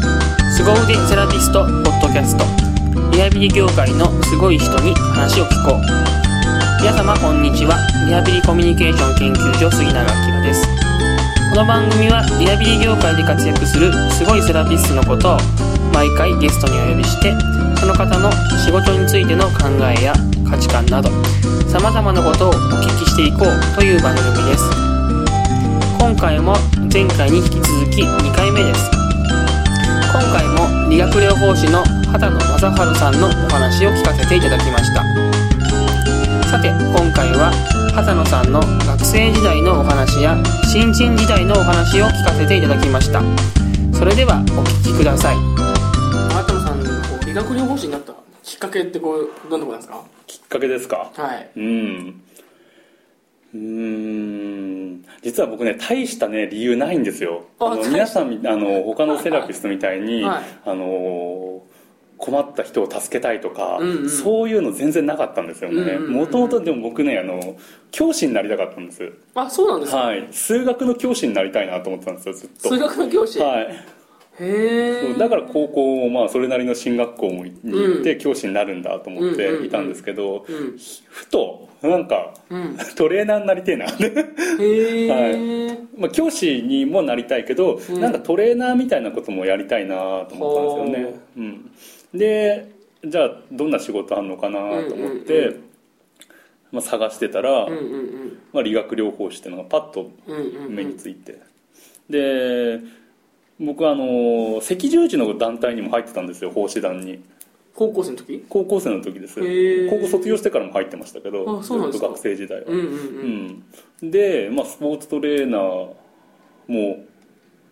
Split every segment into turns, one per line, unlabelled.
凄腕セラピストポッドキャストリハビリ業界のすごい人に話を聞こう皆様こんにちはリハビリコミュニケーション研究所杉永明ですこの番組はリハビリ業界で活躍するすごいセラピストのことを毎回ゲストにお呼びしてその方の仕事についての考えや価値観など様々なことをお聞きしていこうという番組です今回も前回に引き続き2回目です今回も理学療法士の畑野正治さんのお話を聞かせていただきましたさて今回は畑野さんの学生時代のお話や新人時代のお話を聞かせていただきましたそれではお聞きください畑野さんこう理学療法士になったきっかけってこうどんなところなんですか
きっかけですか
はい
うんうーん実は僕ね大したね理由ないんですよ
あ
あの
大した
皆さんみあの他のセラピストみたいに、
はい
あの困った人を助けたいとか、
うんうん
そういうの全然なかったんですよ
うん
ね
うんうん
もともとでも僕ねあの教師になりたかったんです、
あそうなんですか、
はい、数学の教師になりたいなと思ってたんですよずっと
数学の教師、
はい、
へ
そう
え
だから高校もまあそれなりの進学校も行行って
う
教師になるんだと思っていたんですけど、
うん
ふとなんか
うん
トレーナーになりてえな
へえ、
まあ教師にもなりたいけど、
うん
なんかトレーナーみたいなこともやりたいなと思ったんですよね、うん、でじゃあどんな仕事あんのかなと思って、
うんうんう
まあ、探してたら、
うんうんうん
まあ、理学療法士っていうのがパッと
うんうんうん
目について、で僕はあの赤十字の団体にも入ってたんですよ奉仕団に
高校生の時
高校生の時です
へー
高校卒業してからも入ってましたけど
あそうなんですか
ずっと学生時代は、
うんうんうん
うんで、まあ、スポーツトレーナーも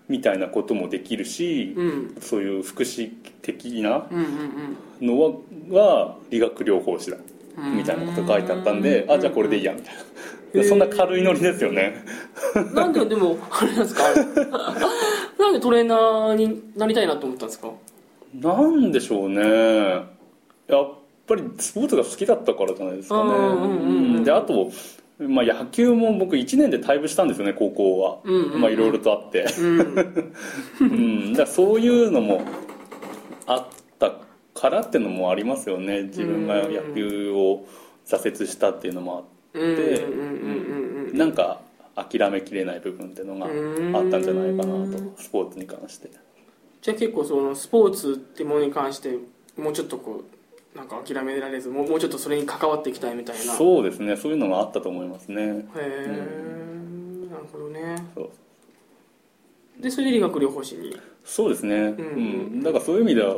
みたいなこともできるし、
うん
そういう福祉的な
うんうん
のはは理学療法士だ
うん
みたいなこと書いてあったんで
うん
あじゃあこれでいいやみたい
へー
なそんな軽いノリですよね
うんなんででもあれなん ですかなんでトレーナーになりたいなと思ったんですか
なんでしょうねやっぱりスポーツが好きだったからじゃないですかね
うんうんうんうん
であと、まあ、野球も僕1年で退部したんですよね高校は、
うんうんうん
まあいろいろとあって
うんうん
うん、だからそういうのもあったからってのもありますよね自分が野球を挫折したっていうのも
うんうんうん
あってなんか諦めきれない部分っていうのがあったんじゃないかなとスポーツに関して
じゃあ結構そのスポーツってものに関してもうちょっとこうなんか諦められずもうもうちょっとそれに関わっていきたいみたいなう
そうですねそういうのがあったと思いますね
へえなるほどね
そう
でそれで理学療法士に
そうですね、うん
ん
だからそういう意味では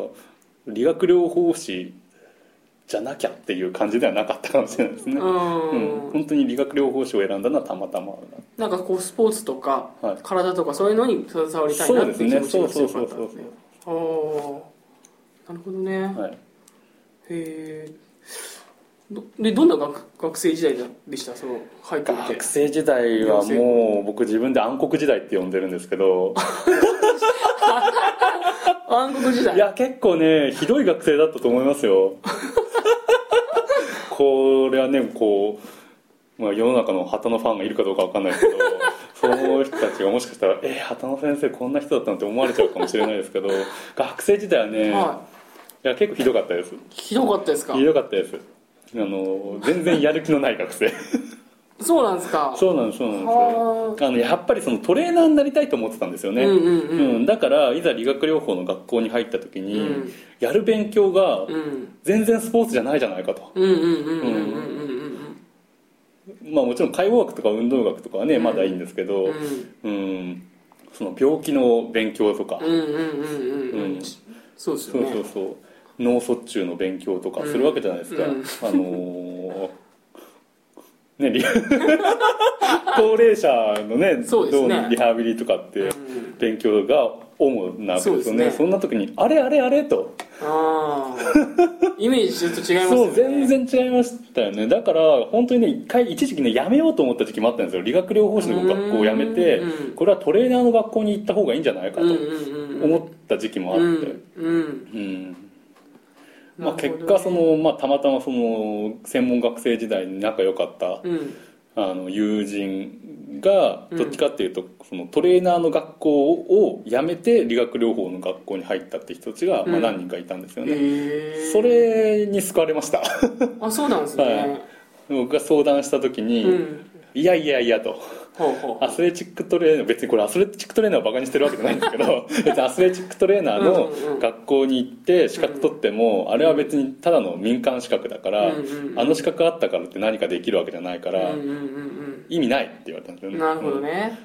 理学療法士じゃなきゃっていう感じではなかったかもしれないですね、うん、
うん
本当に理学療法士を選んだのはたまたまだ
なんかこうスポーツとか
はい
体とかそういうのに携わりたいなっていう気持ちが強かったんですね
そうですねそうそうそう
おおーなるほどね、
はい、
へえどでどんな学学生時代でしたその入ってみて
学生時代はもう僕自分で暗黒時代って呼んでるんですけど
暗黒時代
いや結構ねひどい学生だったと思います よこれはねこう、まあ、世の中の旗のファンがいるかどうかわかんないですけどそういう人たちがもしかしたら「えー、旗の先生こんな人だったの?」って思われちゃうかもしれないですけど学生時代はね、、
はい
や結構ひどかったです
いひどかったですか
ひどかったですあの全然やる気のない 学生
そうなんですか
そうなんですそうなんですよ
は
あのやっぱりそのトレーナーになりたいと思ってたんですよ
あ、
ね、
うんうんうん
うん、だからいざ理学療法の学校に入った時に、
うん
やる勉強が
うん
全然スポーツじゃないじゃないかと、
うんうんうんうんうんうんうん
まあ、もちろん解剖学とか運動学とかはねまだいいんですけど、
うん
うんその病気の勉強とか、
うんうんうんうんう
うんん
そうです
そ
よ
う
ね
そうそう脳卒中の勉強とかするわけじゃないですか、
うんうん
あのーね、リ 高齢者のね
そうですね
どのリハビリとかって
うん
勉強が主なわけです
そ
よ
うで
ね
すね
そんな時にあれあれあれと
ああイメージちょっと違いますよ
そう
ね
全然違いましたよねだから本当にね一回一時期ねやめようと思った時期もあったんですよ理学療法士の学校をやめて
うん
これはトレーナーの学校に行った方がいいんじゃないかと
うんうんうん
思った時期もあって
うんうん
うん、まあ、
なるほどね
結果その、まあ、たまたまその専門学生時代に仲良かった
うん
あの友人がどっちかっていうと、そのトレーナーの学校を辞めて理学療法の学校に入ったって人たちが、ま
う
あ、
ん
何人かいたんですよね、
へえ
それに救われました
あそうなんですね、
はい僕が相談した時に「
うん
いやいやいや」と
ほうほう
アスレチックトレーナー別にこれアスレチックトレーナーをバカにしてるわけじゃないんです けど別にアスレチックトレーナーの
うんうんうん
学校に行って資格取ってもあれは別にただの民間資格だから
うんうんうん
あの資格あったからって何かできるわけじゃないから
うんうんうん
意味ないって言われたんです
う
よ
ん
ね
なるほどね、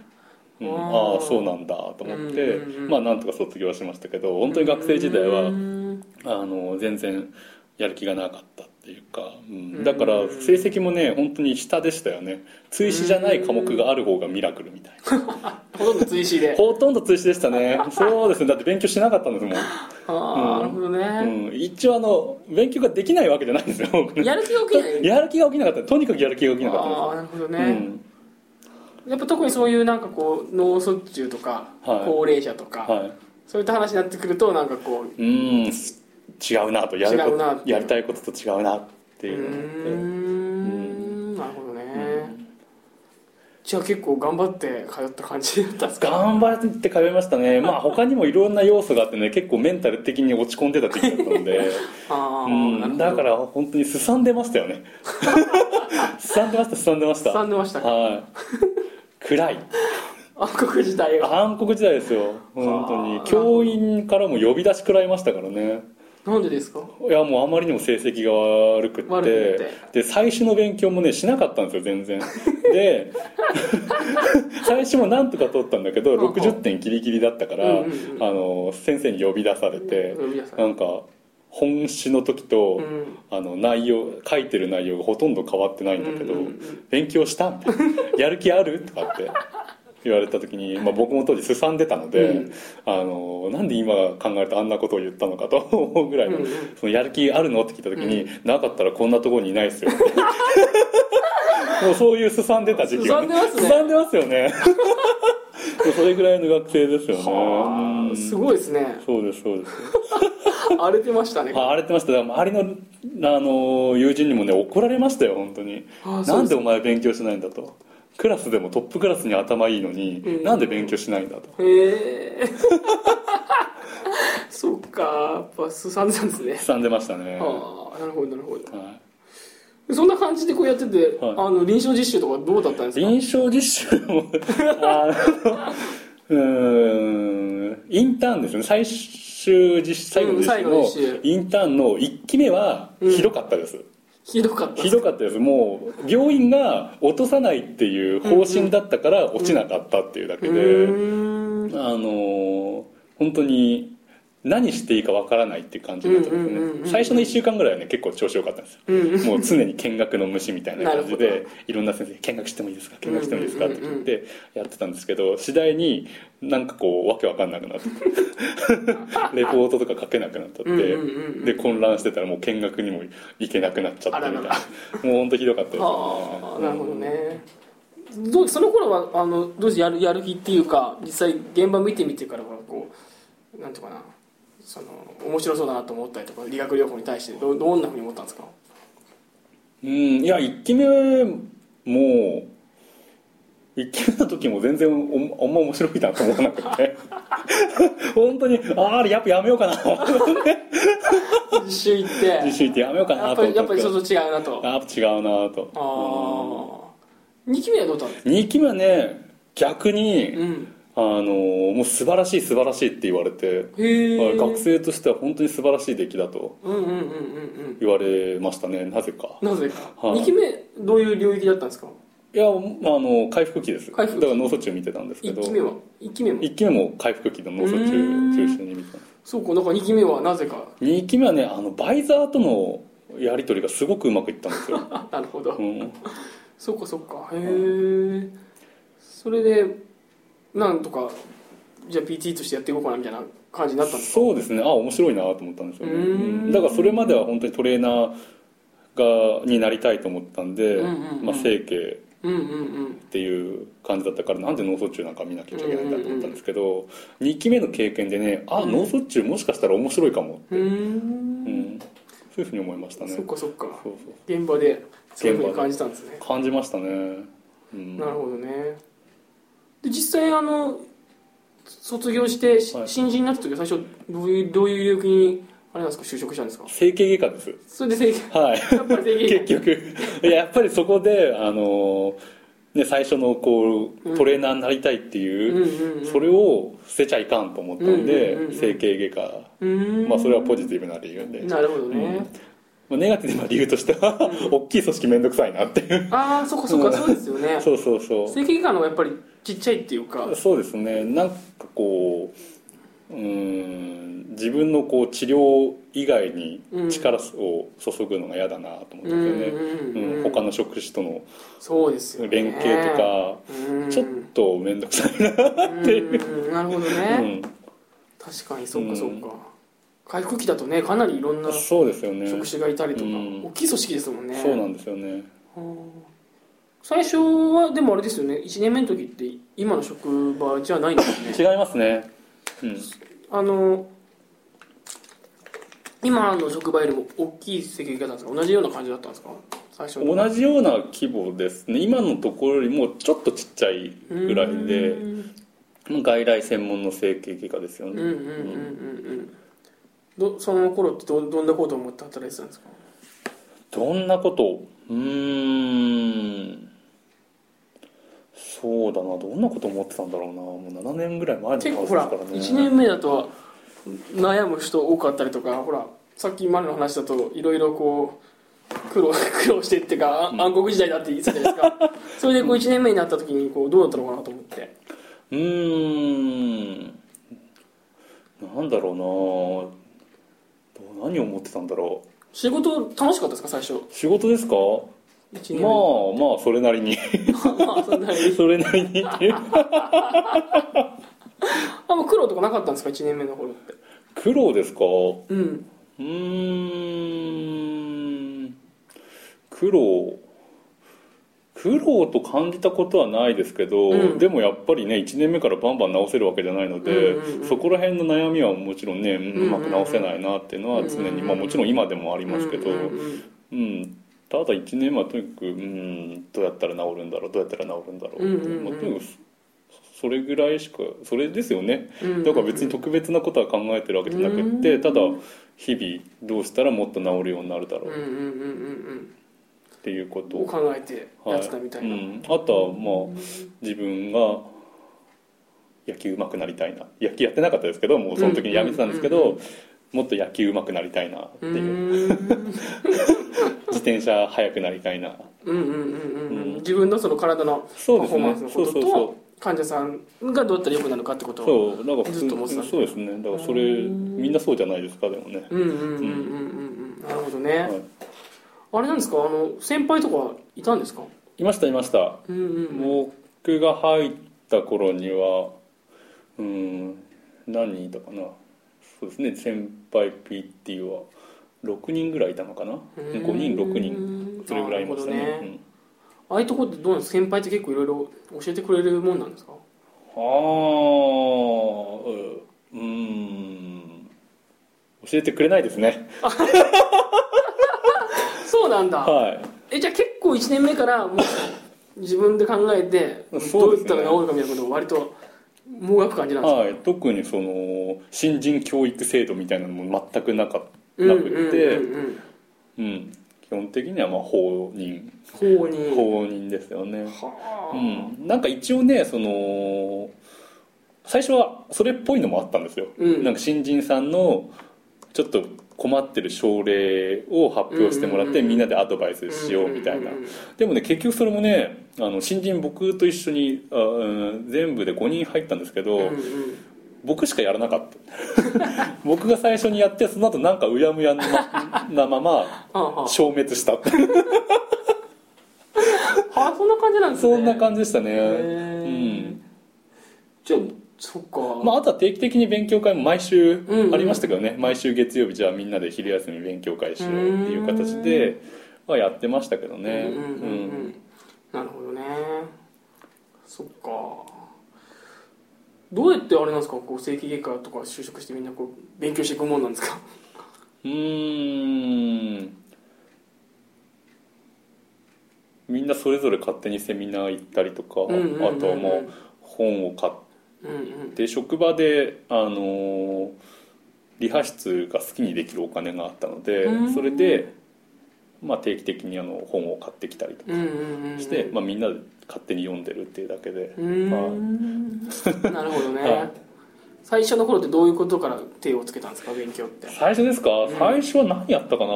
うん
あー
ああそうなんだと思って
うんうんうん
まあなんとか卒業しましたけど本当に学生時代
う
は
ん
あの全然やる気がなかったっていうか、う
うん
ん、だから成績もね本当に下でしたよね追試じゃない科目がある方がミラクルみたいな
ほとんど追試で
ほとんど追試でしたねそうですねだって勉強しなかったんですも
ああなるほどね、
ん、うん、一応あの勉強ができないわけじゃないんですよ僕ね
やる気が起きない
やる気が起きなかったとにかくやる気が起きなかった
ああなるほど
んです、
ね、やっぱ特にそういうなんかこう脳卒中とか、
はい
高齢者とか、
うんはい
そういった話になってくるとなんかこう
うん違うなとやる
違
こ
うなっ
と
ていう
やりたいことと違うなって
う
い
ー
うのがあって
んなるほどね、
うん
じゃあ結構頑張って通った感じだったん ですか
頑張って通いまし たねまあ他にもいろんな要素があってね結構メンタル的に落ち込んでた時期だったんで
ああ、
う
なるほ
ん
ど
だから本当にすさんでました よねすさんでましたすさんでました
さんでましたか
はい暗い
暗黒時代が
暗黒時代ですよ本当
は
に
あ
教員からも呼び出し食らいましたからね
なんでですか
いやもうあまりにも成績が悪くって
悪く
で最初の勉強もねしなかったんですよ全然で 最初もなんとか取ったんだけど
うんうん
60点ギリギリだったから、
うんうんうん
あの先生に呼び出されて、
呼び出され
なんか本詞の時と、
うん
あの内容書いてる内容がほとんど変わってないんだけど、
うんうんうん
勉強した みたいなやる気あるとかって言われた時に、まあ、僕も当時すさんでたので、
うん
あのなんで今考えるとあんなことを言ったのかと 思うぐらいの,、
うんうん
そのやる気あるのって聞いた時に、なかったらこんなところにいないですよ もうそういうすさんでた時期が
す
す
さ
さんでます よねそれぐらいの学生ですよねうん
すごいですね
そうですそうです
荒れてましたね
あ荒れてましただから周りのあの友人にもね怒られましたよ本当に
あそうです
なんでお前勉強しないんだとクラスでもトップクラスに頭いいのに、
うん
なんで勉強しないんだ
へ
と
え そっかやっぱすさんでたんですね
さんでましたね、は
ああなるほどなるほど
い
そんな感じでこうやってて、
はい
あの臨床実習とかどうだったんですか
臨床実習 もあのうーんインターンですね最終実習最後の
うん最後の
実
実
習
習
のインターンの1期目は
うん
ひどかったです、
ひどかった
ひどかったですもう病院が落とさないっていう方針だったから落ちなかったっていうだけ
う
で、
ーん
あのー本当に何していいかわからないっていう感じになってますね、
うんうんうんうん
最初の1週間ぐらいはね結構調子良かったんですよ
うん
もう常に見学の虫みたいな感じ
なる
でいろんな先生に見学してもいいですか見学してもいいですかって聞いてやってたんですけど次第になんかこうわけわかんなく なってレポートとか書けなくなっちゃって、
うんうんうんうん
で混乱してたらもう見学にも行けなくなっちゃったみたいな
あ
もう本当ひどかったです
ああなるほど
うん
ねどうその頃はあのどうしてやるやる気っていうか実際現場見てみてからはこうなんていうかなその面白そうだなと思ったりとか理学療法に対してどどんなふうに思ったんですか
うんいや1期目も1期目の時も全然おあんま面白いなと思わなくて 本当にあああれやっぱやめようかな
実習行って
自習ってやめようか
や
な
っ
と
ぱ
思っ
りや
た
っ
ん
ぱ
で
り
す
ち
け
ょ
ど
っと違うなとあ
やっぱ違うなと
あ2期目はどうだったんですか
2期目はね逆に、
うん
あのもう素晴らしい素晴らしいって言われて、
へえ
学生としては本当に素晴らしい出来だと
うんうんうんうんうん
言われましたねなぜか
なぜか、
はい
2期目どういう領域だったんですか
いやあの回復期です
回復期
だから脳卒中見てたんですけ
1
ど
期目は1期目も
1期目も回復期の脳卒中
うーん
中心に見てます
そうかなんか2期目はなぜか
2期目はねあのバイザーとのやり取りがすごくうまくいったんで すよ、
あなるほど、
うん、
そっかそっかへえそれでなんとかじゃあ PT としてやっていこうかなみたいな感じになったんですか
そうですねあ面白いなと思ったんですよね
うーん
うんだからそれまでは本当にトレーナーがになりたいと思ったんで、
うんうんうん
まあ、整形
うんうんうん
っていう感じだったからなんで脳卒中なんか見なきゃいけないんだと思ったんですけど、2期目の経験でねあ
うん
脳卒中もしかしたら面白いかも、
う
うんん、そういうふうに思いましたね
そっかそっか
そうそう
現場でそういうふうに感じたんですね
感じましたねうん
なるほどねで実際あの卒業して、し
はい
新人になった時は最初どういうどういう領域にあれなんですか就職したんですか
整形外科です
それで整
はい
形やっぱ り整
結
形
局いややっぱりそこであの、ね、最初のこ
うん
うトレーナーになりたいって
うん
いう、
うんうん
それを捨てちゃいかんと思ったんで、
うんうんうんうん
整形外科、
うーん
まあ、それはポジティブな理由で、
なるほどね、
まあ、ネガティブな理由としては、大きい組織面倒くさいなっ ていう
ああそっかそっかそうですよね
そうそうそう
整形外科の方がやっぱりちっちゃいっていうか
そうですねなんかこううーん自分のこう治療以外に力を注ぐのが嫌だなと思ってますよね、
うんうんうん
うん他の職種との
そうですよね
連携とか、
うん
ちょっと面倒くさいな、
うんなるほど
う
ね、
ん
確かにそう
う
か
ん
そうか、回復期だとねかなりいろんな
そうですよね
職種がいたりとか、
うん
大きい組織ですもんね
そうなんですよね
うん最初はでもあれですよね1年目の時って今の職場じゃないんです ね
違いますね、うん、
あの今の職場よりも大きい責任だったんですか同じような感じだったんですか最初の
同じような規模ですね今のところよりもちょっとちっちゃいぐらいで
うん
外来専門の整形外科ですよ
うん
ね、
うんうんうんうんどその頃ってどどんなことを思って働いてたんですか
どんなことをうーんそうだなどんなこと思ってたんだろうなもう7年ぐらい前の
結構
話
ほら
です
1
からね
年目だと悩む人多かったりとかほらさっきまでの話だといろいろこう苦労 苦労してっていうかあ暗黒時代だって言ってたじゃないです かそれでこう1年目になった時にこうどうだったのかなと思って
うーんなんだろうなど何を思ってたんだろう
仕事楽しかったですか最初
仕事ですか
1年
まあまあそれなりに
目まあそんなに
それなりにっていう
あもう苦労とかなかったんですか1年目の頃って
苦労ですかう
うん
ーん苦労苦労と感じたことはないですけど、
うん
でもやっぱりね1年目からバンバン直せるわけじゃないので、
うんうんうん
そこら辺の悩みはもちろんね
んうん
うまく直せないなっていうのは常
うん
に、
うんうん
まあ、もちろん今でもありますけど、
う
うんん
うんうん
ただ1年目はとにかく、うん、どうやったら治るんだろうどうやったら治るんだろう,、
うんうんうん
まあ、とにかくそそれぐらいしかそれですよね
うんうん
だから別に特別なことは考えてるわけじゃなくって、
うん
ただ日々どうしたらもっと治るようになるだろ
うんうん
う
うんうん
っていうこと
うんを考えてやってたみたいな、
はいうん、あとはまあ自分が野球上手くなりたいな野球やってなかったですけどもうその時にやめてたんですけ
うんうん
どもっと野球上手くなりたいなって
う
いう
ーん
自転車速くなりたいな
うんうんうんうんうん
うん
自分のその体のパ
そ
フ
うで
ォ
す
ーマ
ね
ンスの
そ
こ
うそ
と
うそ
と患者さんがどうやったら良くなるかってこと
う
を
そうなんか普
ず
通
っと思ってたんだ
そうですねだからそれ
うん
みんなそうじゃないですかでもね、
うんうんうんうんうんうんなるほどね、
はい、
あれなんですかあの先輩とかいたんですか
いましたいました
うんうん
僕が入った頃にはうん何人いたかなそうですね先輩 PT は6人ぐらいいたのかな
うん
5人6人
人
それぐらいいましたね
なるほどああいうとこってどうなんですか先輩って結構いろいろ教えてくれるもんなんですか
うん、ああううん教えてくれないですね
そうなんだ、
は
えじゃあ結構1年目からもう自分で考えて
そうですね
どういったら治るかみたいなことを割ともがく感じ
い、
なんですか、
はい、特にその新人教育制度みたいなのも全くなか
うん
な
うん
くて
うんうん
うん基本的にはまあ放任
法に
放任ですよね
はあ
うん、なんか一応ねその最初はそれっぽいのもあったんですよ、
うん
なんか新人さんのちょっと困ってる症例を発表してもらっ
う
て、
んうんうん
みんなでアドバイスしようみたいな、
んんんん
でもね結局それもねあの新人僕と一緒にあ、うん全部で5人入ったんですけど、
うんうん
僕しかやらなかった 僕が最初にやってその後なんかうやむやななまま
あああ
消滅した
ああそんな感じなんですね
そんな感じでしたね、
へー
うん
じゃあそっか
まあ、あとは定期的に勉強会も毎週
うんうん
ありましたけどね、毎週月曜日じゃあみんなで昼休み勉強会しようっていう形ではやってましたけど
うん
ね、
うんうんう
うん
んなるほどねそっかどうやってあれなんですかこう正規外科とか就職してみんなこう勉強していくもんなんですか
うーんみんなそれぞれ勝手にセミナー行ったりとか、
うんうんうんうん
あとはもう本を買っ
うんうん
て職場であのー理派室が好きにできるお金があったので、
うん
それで、まあ、定期的にあの本を買ってきたりとか
うんうんうん
して、まあ、みんなで勝手に読んでるっていうだけで
う、ーんなるほどね最初の頃ってどういうことから手をつけたんですか勉強って
最初ですか、
ん
最初は何やったかな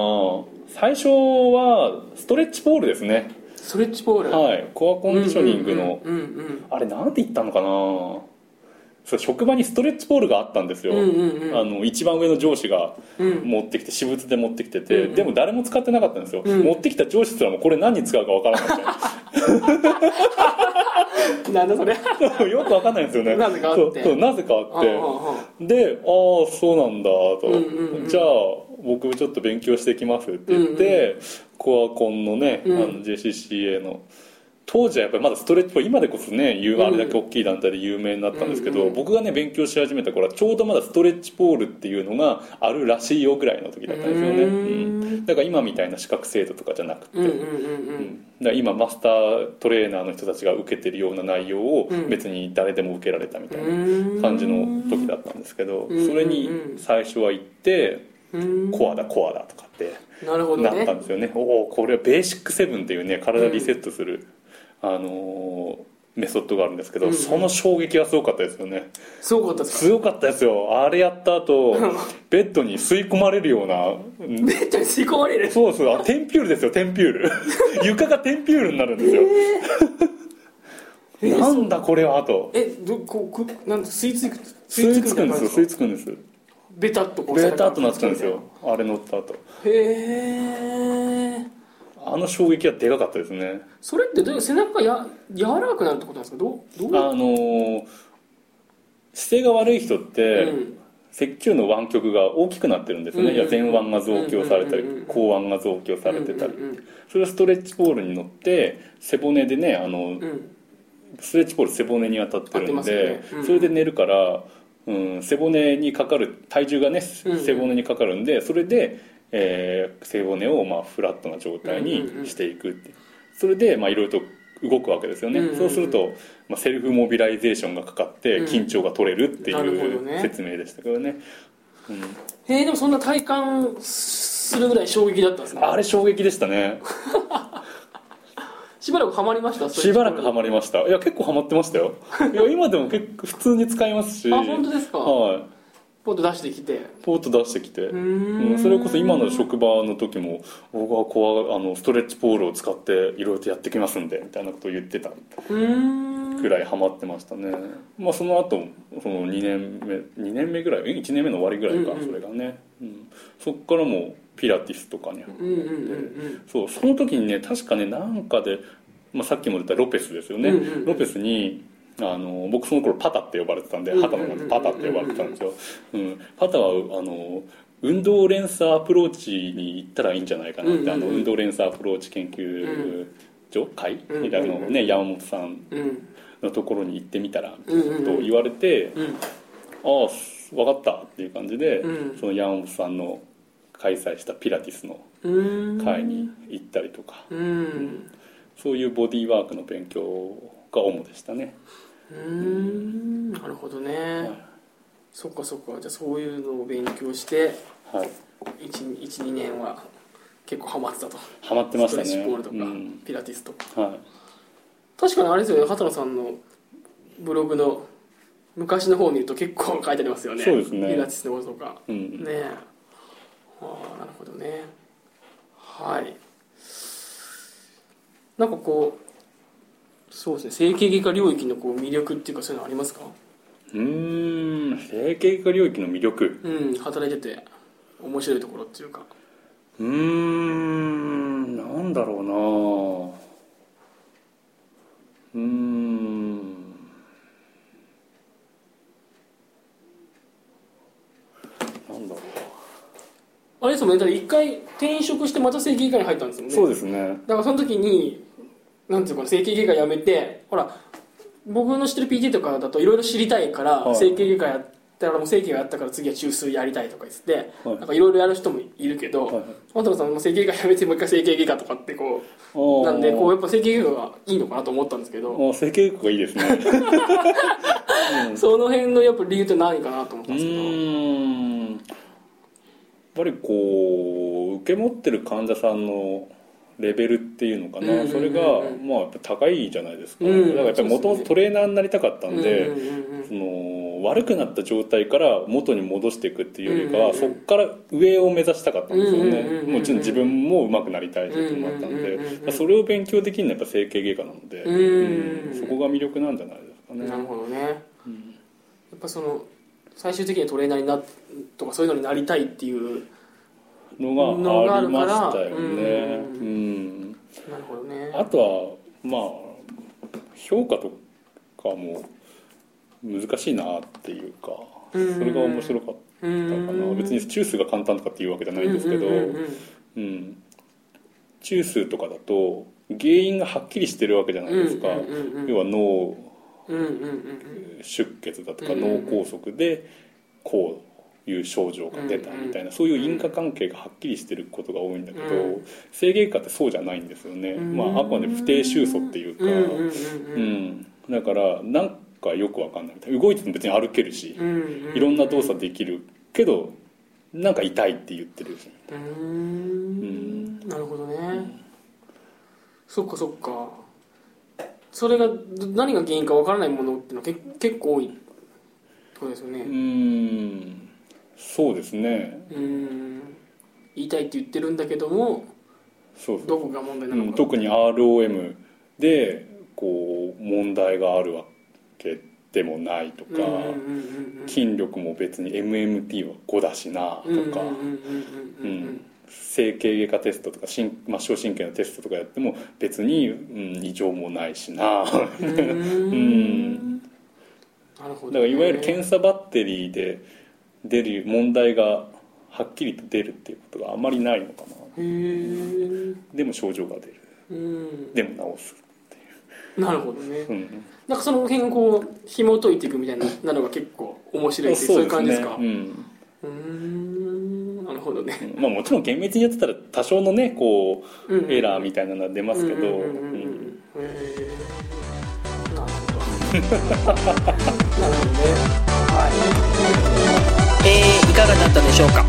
最初はストレッチボールですね
ストレッチボール
はいコアコンディショニングの、
うんうん
あれなんて言ったのかなそう職場にストレッチボールがあったんですよ、
うんうんうんうん
あの一番上の上司が
うん
持ってきて私物で持ってきてて、
うんうん
でも誰も使ってなかったんですよ、
うん
持ってきた上司すらもこれ何に使うかわからな
なんだそれ
く てよくわかんないんですよね
なぜかあって
そうそうなぜかあってで「ああそうなんだ」と、
うんうんうん
じゃあ僕ちょっと勉強してきます」って言って、コアコンのね、
うん
あの JCCA の当時はやっぱりまだストレッチボール今でこそね有
うん
あれだけ大きい団体で有名になったんですけど、
うんうん
僕がね勉強し始めた頃はちょうどまだストレッチボールっていうのがあるらしいよぐらいの時だったんですよね、
うーん
うんだから今みたいな資格制度とかじゃなくて、
うんうん
うん
うんうん
だから今マスタートレーナーの人たちが受けてるような内容を
うん
別に誰でも受けられたみたいな
うん
感じの時だったんですけど、
うん
それに最初は行って、
うん
コアだコアだとかって
なるほど
なった
ね
んですよね、おおこれはベーシックセブンっていうね体リセットする、あのーメソッドがあるんですけど、
うん
その衝撃はすごかったですよね
すごかったですか
強かったですよあれやった 後ベッドに吸い込まれるようなうん
めっちゃ吸い込まれる
そうそうあテンピュールですよテンピュ ール床がテンピュールになるんですよ、
えー
なんだこれはと
えどこうくなん吸い付く
吸い付くん
み
で
たいな感
すよ
じ
吸い付くんです
ベタっとこう
ベタっとなってたんですよあれ乗った後
へえ
あの衝撃はでかかったですね
それってどう背中がや柔らかくなるってことなんですかどうど
あ
う
のー姿勢が悪い人って、
うん
脊柱の湾曲が大きくなってるんですよね、
うんうんうん
いや前腕が増強されたり、
うんうんうん
後腕が増強されてたり、
うんうん
それをストレッチボールに乗って背骨でねあの、
うんうん
ストレッチボール背骨に当たってる
当
ん
てます
で、
よねうんうん
それで寝るから、うん、背骨にかかる体重がね
うんうん
背骨にかかるんでそれで、えー背骨をまあフラットな状態にしていくっていうそれでまあいろいろと動くわけですよね、
うんうんうん
そうすると、まあ、セルフモビライゼーションがかかって
うん
緊張が取れるって
なるほど
い
ね
う説明でしたけどね,、
へえでもそんな体感するぐらい衝撃だったんです
う
ね
ん、あれ衝撃でしたね
しばらくハマりました
しばらくハ
ハ
マりましたいや結構ハマってましたよいや今でも結構普通に使いますし
あ本当ですか
はい
ポッと出してきて
ポート出してきて、
う
うんん、それこそ今の職場の時も僕はこうあのストレッチポールを使っていろいろとやってきますんでみたいなことを言ってた
うーん
くらいハマってましたね、まあ、その後その2年目2年目ぐらい1年目の終わりぐらいか、
うんうん
それがね、うん、そっからもうピラティスとかに、
うんうんうん
そうその時にね確かねなんかで、まあ、さっきも出たロペスですよね、
うんうんうん
ロペスにあの僕その頃パタって呼ばれてたんで
うんうんうん
畑のことパタって呼ばれてたんですよ、うん、パタはあの運動連鎖アプローチに行ったらいいんじゃないかなって、
うんうんうん
あの運動連鎖アプローチ研究所会
うん
みたいなのをね、山本さん
うんうん
のところに行ってみたらと
うんうんうん
言われて、
うん
ああ分かったっていう感じで、
うん
その山本さんの開催したピラティスの
うーん
会に行ったりとか、
うん
そういうボディーワークの勉強が主でしたね。
うーんなるほどね
はい
そっかそっかじゃあそういうのを勉強して
はい。
12年は結構ハマってたと
ハマってましたね。
ストレッチボールとか、
うん、
ピラティスとか
は
確かにあれですよね畑野さんのブログの昔の方に言うと結構書いてありますよね
そうですね
ピラティスのこととか
い。う
ね
ん。
えああなるほどねはいなんかこうそうですね整形外科領域のこう魅力っていうかそういうのありますか
うーん。整形外科領域の魅力。
うん働いてて面白いところっていうか
うーん。なんだろうな。うーん。なんだろ
あれですもんねだから一回転職してまた整形外科に入ったんですよ
う。
ね
そうですね。
だからその時になんていうかな整形外科やめてほら僕の知ってる PT とかだといろいろ知りたいから
はい
整形外科やっだからもう整形がやったから次は中枢やりたいとか言って、
はい
なんかいろいろやる人もいるけど、
はいはい
本田さんも整形外科やめてもう一回整形外科とかってこう
な
なんでこうやっぱ整形外科がいいのかなと思ったんですけど、
もう整形学がいいですね
その辺のやっぱ理由って何かなと思っ
う
たんですけど
ーんやっぱりこう受け持ってる患者さんのレベルっていうのかな、
うんうんうんうん
それがまあやっぱ高いじゃないですか、
うん
だからやっぱりもともとトレーナーになりたかったんで、
うんうんうんうん
その悪くなった状態から元に戻していくっていうよりかは、
うんうんうん
そこから上を目指したかったんですよね、
うんうんうんうんうん
もちろん自分も上手くなりたいというのもあったんで、
うんうんうんうんうん
まあそれを勉強できるのはやっぱ整形外科なので、
うん
うんそこが魅力なんじゃないですかね、
なるほどねや
うん
っぱその最終的にはトレーナーになっとかそういうのになりたいっていう
のがありました
のがあるからう
よね、うん
なるほどね
あとはまあ評価とかも難しいなっていうかそ
うん
れが面白かった
うん
かな別にチュースが簡単とかっていうわけじゃないんですけど、うん、中枢とかだと原因がはっきりしてるわけじゃないですか、
うんうんうんうん
要は脳
うんうんうん
出血だとか
うんうんう
脳
ん
梗塞でこういう症状が出たみたいな、そういう因果関係がはっきりしてることが多いんだけど、
うん
制限下ってそうじゃないんですよね、
うん
まあ、あくまで不定収束っていうか、
うんうんうん
うんだからなんかよくわかんないみたいな動いてても別に歩けるし、
うんうんうん
いろんな動作できるけどなんか痛いって言ってるし
うーんなるほどね、そっかそっかそれがど何が原因かわからないものっていうのはけ結構多いってことですよ
う
ね
ーんそうですね
うーん言いたいって言ってるんだけども
そうそう
どこが問題な
う
の
ん、
か、
特に ROM でこう問題があるわけでもないとか、
うんうんうんうんうん
筋力も別に MMT は5だしなとか、
うんうんうんうんうんうん
うん整形外科テストとか神末梢神経のテストとかやっても別に、うん、異常もない しなだか
うーんなるほどね、
らいわゆる検査バッテリーで出る問題がはっきりと出るっていうことがあまりないのか
へ
な
ー
でも症状が出る
うん
でも治す、
なるほどね
うん、
なんかその辺をこう紐解いていくみたいななのが結構面白いっていうそういう感じですか
ううん
うーんなるほどね
まあ、もちろん厳密にやってたら多少のねこう、
うん
エラーみたいなのは出ますけど、
うんうんうんう
うん
んうんへーなるほど なるほどねはい
えーいかがだったでしょうか、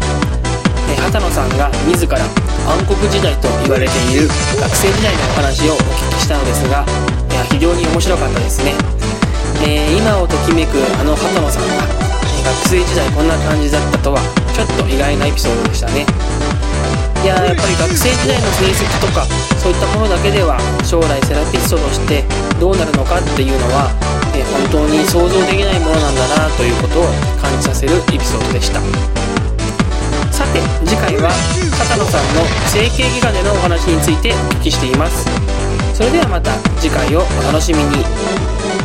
えー、畑野さんが自ら暗黒時代と言われている学生時代のお話をお聞きしたのですが、いや非常に面白かったですね、えー今をときめくあの畑野さんが、えー学生時代こんな感じだったとはちょっと意外なエピソードでしたねいやーやっぱり学生時代の成績とかそういったものだけでは将来セラピストとしてどうなるのかっていうのは、えー本当に想像できないものなんだなということを感じさせるエピソードでしたさて次回は片野さんの整形外科でのお話についてお聞きしていますそれではまた次回をお楽しみに